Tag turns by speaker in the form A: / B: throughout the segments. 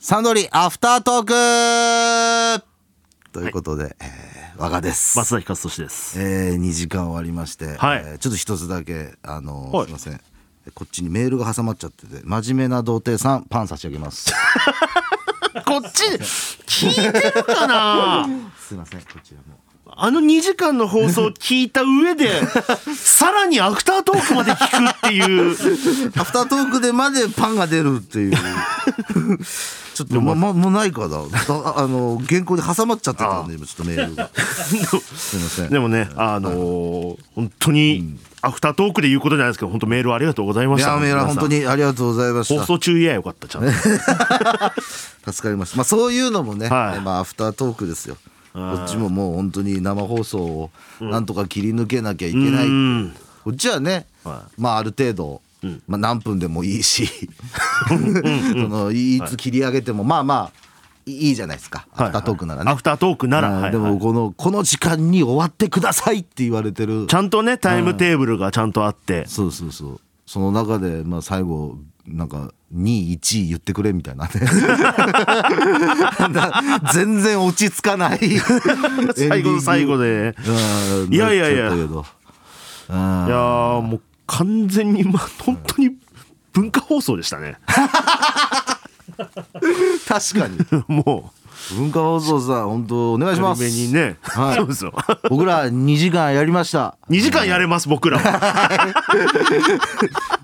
A: サンドリーアフタートークということで、えー和賀です。
B: 松崎勝利です。
A: えー、2時間終わりまして、
B: はい
A: えーちょっと一つだけ、あのー
B: はい
A: すいません。こっちにメールが挟まっちゃってて、真面目な童貞さん、パン差し上げます。
B: こっち、聞いてるかな
A: すいません、こちらも。
B: あの2時間の放送を聞いた上で、さらにアフタートークまで聞くっていう。
A: アフタートークでまでパンが出る っていう。ちょっと、ま、ま、もうない かな。ああの、原稿で挟まっちゃってたんで、今ちょっとメー ルが。すいません。
B: でもね、あのー本当に、アフタートークで言うことじゃないですけど、本当メールありがとうございま
A: い
B: した。
A: や、メールは本当
B: 皆
A: にありがとうございま
B: さん。
A: し
B: 放
A: た。
B: 送中言えばよかった、ちゃんと。
A: 助かりました。まあ、そういうのもね、
B: はい
A: まあ、アフタートークですよ。こっちももう本当に生放送をなんとか切り抜けなきゃいけない。
B: うん。
A: こっちはね、
B: は
A: まあある程度、まあ何分でもいいし、 そのいつ切り上げても、まあまあいいいじゃないですか。アフタートークならね。
B: アフタートークなら、
A: うん
B: はい
A: で
B: はい
A: もこのこの時間に終わってくださいって言われてる
B: ち。ゃんとね、タイムテーブルがちゃんとあって、
A: そうそうそう。その中でまあ最後なんか2位1位言ってくれみたいなね な全然落ち着かない
B: 最後の最後
A: で
B: で。いやいやいやいやーもう完全に、まあ、本当に文化放送でしたね。
A: 確かに
B: も
A: 文化放送さん本当お願いし
B: う、
A: ま
B: 真
A: す
B: 面目にね。
A: はい
B: そう ですよ。
A: 僕ら2時間やりました、
B: 2時間やれます、僕らは。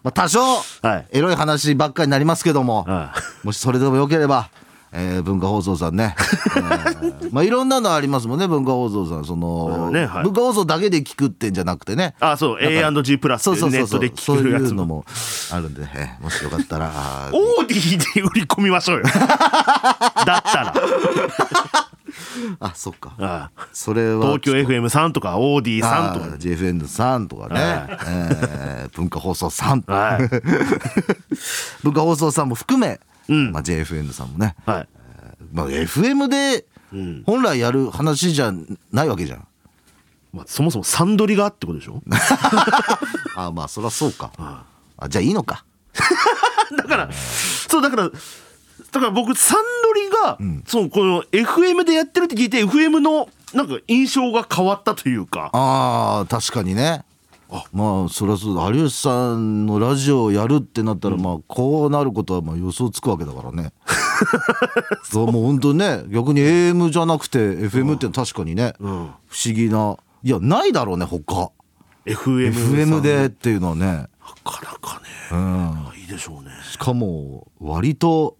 A: まあ、多少、
B: はい
A: エロい話ばっかりになりますけども、
B: は
A: もしそれでもよければ、えー文化放送さんね、えーまあいろんなのありますもんね文化放送さんその、
B: ねはい
A: 文化放送だけで聞くってんじゃなくてね
B: あ、そう、A&G プラス
A: そう
B: で
A: そう
B: ネ
A: そう
B: ッ
A: そ
B: ト
A: う
B: で
A: そう
B: 聞ける
A: い
B: や
A: う
B: つ
A: の
B: も。
A: もあるんで、えーもしよかったらあー
B: オーディで売り込みましょう よ。だった。
A: あそっから
B: ああ
A: それは
B: 東京 FM さんとか、オーディさんと
A: あ
B: か
A: ー。JFN さんとかね、えー文化放送さん、
B: はい。
A: 文化放送さんも含め、
B: ん
A: まあ、JFN さんもね、
B: はい。
A: まあ、FM で本来やる話じゃないわけじゃん。
B: まあ、そもそもサンドリがってことで しょ
A: あまあそりゃそうか。あじゃあいいのか。
B: だから、そう、だから、だから僕、サンドリが、そう、この FM でやってるって聞いて、FM の、なんか印象が変わったというか。
A: ああ確かにね。まあそりゃそうだ有吉さんのラジオをやるってなったら、まあこうなることはまあ予想つくわけだからね。 そうもう本当ね逆に AM じゃなくて FM って確かにね、不思議ないやないだろうね他
B: FM さん
A: FM でっていうのはね。
B: なかなかね、いいでしょうね
A: しかも割と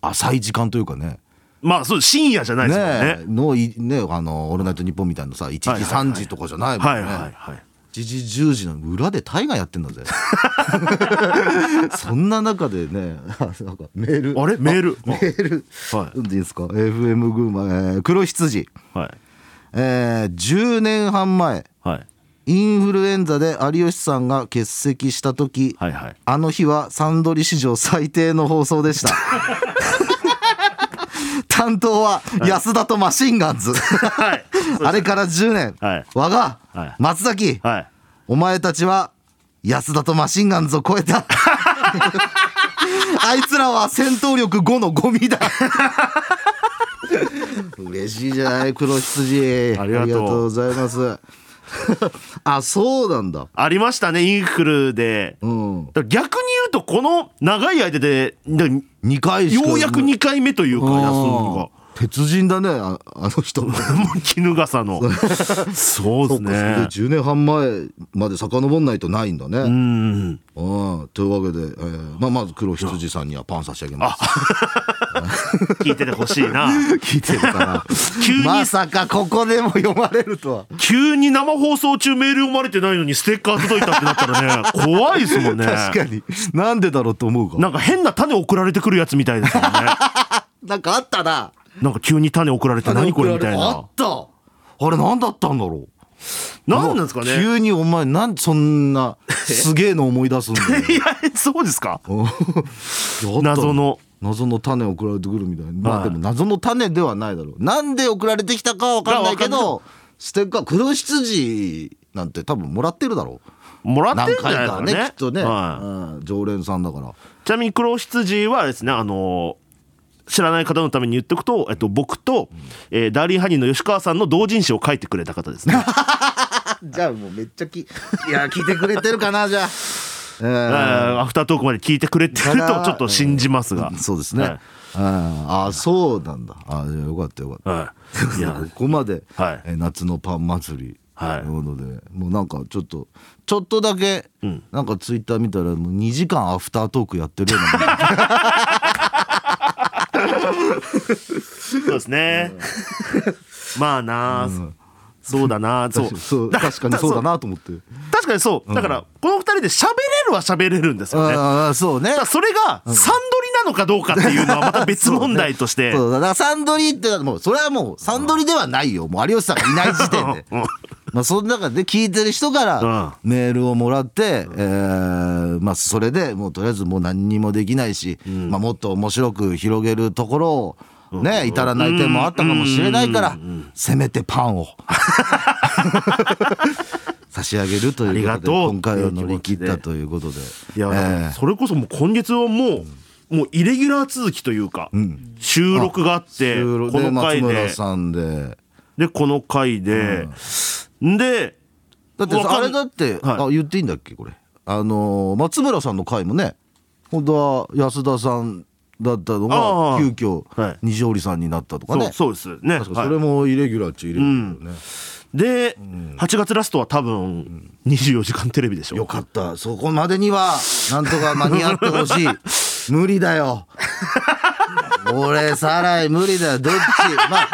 A: 浅い時間というかね。
B: まあそう深夜じゃないですもんね
A: ねえのいねあの「オールナイトニッポン」みたいなさ1時
B: はいはいはい
A: 3時とかじゃないもん
B: はい
A: ね、
B: はいはい
A: 1時10時の裏で大河やってんだぜそんな中でねあなんかメール
B: あれメール
A: メール
B: はい
A: 読んでいいですか FM 群馬、えー黒羊、
B: はい
A: えー10年半前
B: はい
A: インフルエンザで有吉さんが欠席した時、
B: はいはい
A: あの日はサンドリ史上最低の放送で した。担当は安田とマシンガンズ。
B: はい
A: あれから10年。
B: はい
A: 我が
B: はい
A: 松崎、
B: はい
A: お前たちは安田とマシンガンズを超えた。 あいつらは戦闘力5のゴミだ。嬉しいじゃない黒羊。
B: ありがとう
A: ありがとうございます。 あ、そうなんだ。
B: ありましたねインフルで、
A: うん。
B: だから逆に言うとこの長い間でだよ
A: 2回しか
B: うやく2回目というか休むの
A: あー鉄人だねああの人
B: がもう衣笠のそうですね
A: 10年半前まで遡んないとないんだ
B: う
A: ね、
B: ん
A: うん、というわけで、えーまあ、まず黒羊さんにはパン差し上げます
B: 聞いててほしいな
A: 聞いてるかな
B: 急に
A: まさかここでも読まれるとは
B: 急に生放送中メール読まれてないのにステッカー届いたってなったらね怖いですもんね
A: 確かになんでだろうと思うかな
B: なんか変な種送られてくるやつみたいですよね。
A: なんかあったな
B: なんか急に種送ら れて何これみたい
A: あ
B: な
A: っ。たあれ何だったんだろう
B: 何なんですかね。
A: 急にお前なんでそんなすげえの思い出すんだよ
B: いやそうですか。
A: お
B: 謎の
A: 謎の種送られてくるみたいな、ま
B: は
A: あ、で
B: い
A: も謎の種ではないだろうなんで送られてきたかは分かんないけ
B: がわ
A: どステッカー黒羊なんて多分もらってるだろ
B: もら
A: う
B: って
A: 何
B: るんじゃ
A: 回か
B: ないで
A: ね
B: すか
A: き
B: ね。
A: っとね、
B: は
A: うん常連さんだから
B: いちなみに黒羊はですねあの知らない方のために言っておくと、えっと、僕と、えーダーリンハニーの吉川さんの同人誌を書いてくれた方ですね。
A: じゃあもうめっちゃきいや聞いてくれてるかなじゃあ、え
B: え
A: ー
B: ーアフタートークまで聞いてくれてるとち
A: ただ
B: ょっと信じますが。
A: そうですね、
B: はい
A: ああそうなんだあいやよかったよかった、
B: はい。いや
A: こ、こまで、
B: はい
A: えー夏のパン祭り
B: はい
A: なので、もうなんかちょっとちょっとだけ、なんかツイッター見たらもう2時間アフタートークやってるような
B: そうですね。まあなあ、そうだな あ、そう。
A: そう
B: だ
A: 確かにそうだなと思 って
B: 確かにそう。だから、この二人で喋れるは喋れるんですよね。だか
A: ああそうね
B: らそれが、サンドリなのかどうかっていうのはまた別問題として。
A: そうだからサンドリってもうそれはもうサンドリではないよもう有吉さんがいない時点 でまあその中で聞いてる人からメールをもらって、えーまあ、それでもうとりあえずもう何にもできないし、まあ、もっと面白く広げるところをね至らない点もあったかもしれないからせめてパン を差し上げるという
B: あ
A: こ
B: りが
A: とで
B: とう
A: 今回を乗り切ったということで。
B: いや、
A: えー
B: それこそもう今月はもう、もうイレギュラー続きというか、収録があって、
A: 収録
B: こ
A: で
B: の
A: 松
B: 回
A: 村
B: で、
A: さんで
B: で、この回で、で、
A: だって
B: わか
A: あ
B: ん
A: れだって、
B: はい
A: あ言っていいんだっけこれあのー松村さんの回もね本当は安田さんだったのが
B: ああ
A: 急遽
B: はい
A: 西織さんになったとか
B: そ
A: ね
B: うそうです
A: 確
B: ね。
A: かそ
B: は
A: れ
B: い
A: もイレギュラーっちゃイレギュラーだよね、
B: で、8月ラストは多分、24時間テレビでしょ。
A: よかったそこまでにはなんとか間に合ってほしい 無理だよ俺サライ無理だよど っちまあ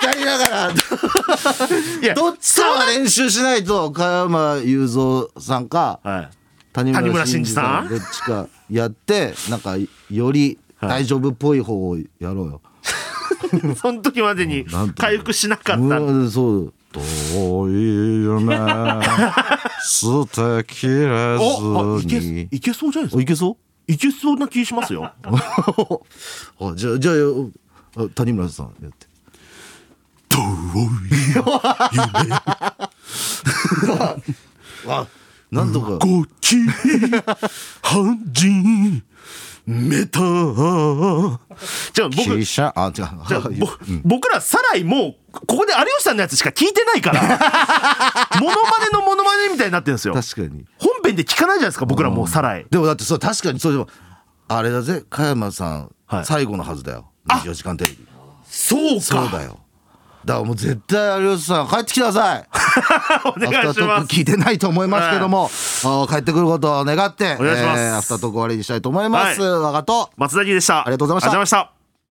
A: 二人だから
B: いや
A: どっちかは練習しないと加山雄三さんか、
B: はい。
A: 谷
B: 谷
A: 村
B: 村
A: 新
B: 新
A: 司
B: 司
A: さ
B: さ
A: ん
B: ん
A: どっちかやってなんかより大丈夫っぽい方をやろうよ。
B: その時までに
A: なんと
B: 回復しなかった。
A: うん、そう。遠い 夢捨てきれ
B: おあい
A: ず
B: け
A: に。
B: いけそうじゃないです
A: お
B: か
A: いけそう
B: いけそうな気しますよ
A: あじゃあじゃああ谷村さんやって。 遠い 夢。わなんとか。
B: ごき半人メタじゃあ僕
A: 汽車あ違う。
B: じゃあぼ僕らサライもうここで有吉さんのやつしか聞いてな いからモノマネのモノマネみたいになってるんですよ
A: 確かに。
B: 本編で聞かないじゃないですか僕らもうサライ
A: でもだってそう確かにそうでもあれだぜ加山さん、
B: はい
A: 最後のはずだよ『24時間テレビ
B: そうか』
A: そう だよだからもう絶対有吉さん帰ってきてくださいア
B: お願
A: フタ
B: い
A: ー
B: し
A: トー
B: ま
A: ク
B: す
A: 聞いてないと思いますけども、あー帰ってくることを願ってお
B: 願いします
A: アフタートーク終わりにしたいと思います、
B: は
A: わがと
B: 松崎でした
A: ありがとうございました
B: ありがとうございました